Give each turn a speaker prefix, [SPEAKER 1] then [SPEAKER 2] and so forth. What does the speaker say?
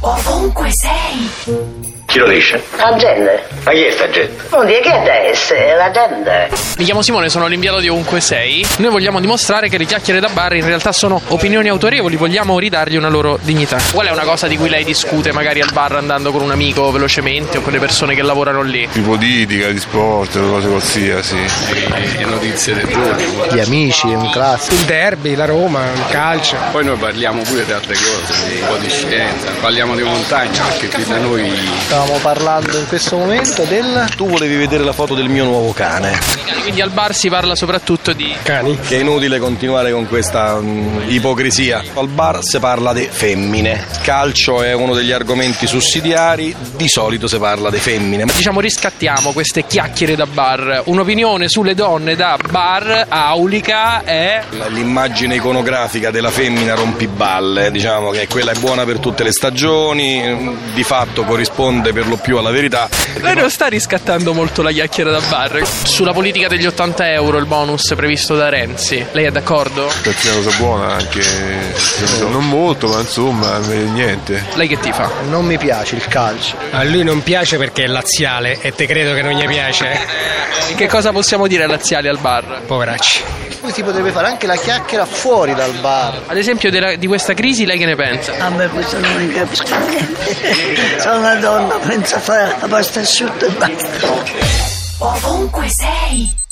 [SPEAKER 1] Ovunque sei.
[SPEAKER 2] Chi lo dice?
[SPEAKER 3] La gente.
[SPEAKER 2] Ma chi è sta gente?
[SPEAKER 3] Non dire che deve essere la gente.
[SPEAKER 4] Mi chiamo Simone, sono l'inviato di Ovunque Sei. Noi vogliamo dimostrare che le chiacchiere da bar in realtà sono opinioni autorevoli, vogliamo ridargli una loro dignità. Qual è una cosa di cui lei discute magari al bar andando con un amico velocemente o con le persone che lavorano lì?
[SPEAKER 5] di politica, di sport, cose qualsiasi.
[SPEAKER 6] le notizie del giorno.
[SPEAKER 7] Gli amici, è un classico.
[SPEAKER 8] Il derby, la Roma, il calcio.
[SPEAKER 6] Poi noi parliamo pure di altre cose, un po' di scienza, parliamo di montagna, perché qui da noi
[SPEAKER 7] Stavamo parlando in questo momento del...
[SPEAKER 9] Tu volevi vedere la foto del mio nuovo cane.
[SPEAKER 4] Quindi al bar si parla soprattutto di
[SPEAKER 8] Cani.
[SPEAKER 9] Che è inutile continuare con questa mm, ipocrisia. Al bar si parla di femmine. Calcio è uno degli argomenti sussidiari, di solito si parla di femmine.
[SPEAKER 4] diciamo riscattiamo queste chiacchiere da bar. Un'opinione sulle donne da bar aulica è
[SPEAKER 9] L'immagine iconografica della femmina rompiballe, diciamo che quella è buona per tutte le stagioni, mm, di fatto corrisponde per lo più alla verità.
[SPEAKER 4] Lei non sta riscattando molto la chiacchiera da bar. Sulla politica degli 80 euro, il bonus previsto da Renzi, lei è d'accordo?
[SPEAKER 5] Perché è una cosa buona anche, non molto, ma insomma, niente.
[SPEAKER 4] Lei che ti fa?
[SPEAKER 7] Non mi piace il calcio.
[SPEAKER 8] A lui non piace perché è laziale e te credo che non gli piace.
[SPEAKER 4] Che cosa possiamo dire laziali al bar?
[SPEAKER 8] Poveracci.
[SPEAKER 7] Poi si potrebbe fare anche la chiacchiera fuori dal bar.
[SPEAKER 4] Ad esempio della- di questa crisi lei che ne pensa?
[SPEAKER 10] A me questo non mi capisco niente. Sono una donna, penso a fare la pasta asciutta e basta.
[SPEAKER 1] Ovunque sei.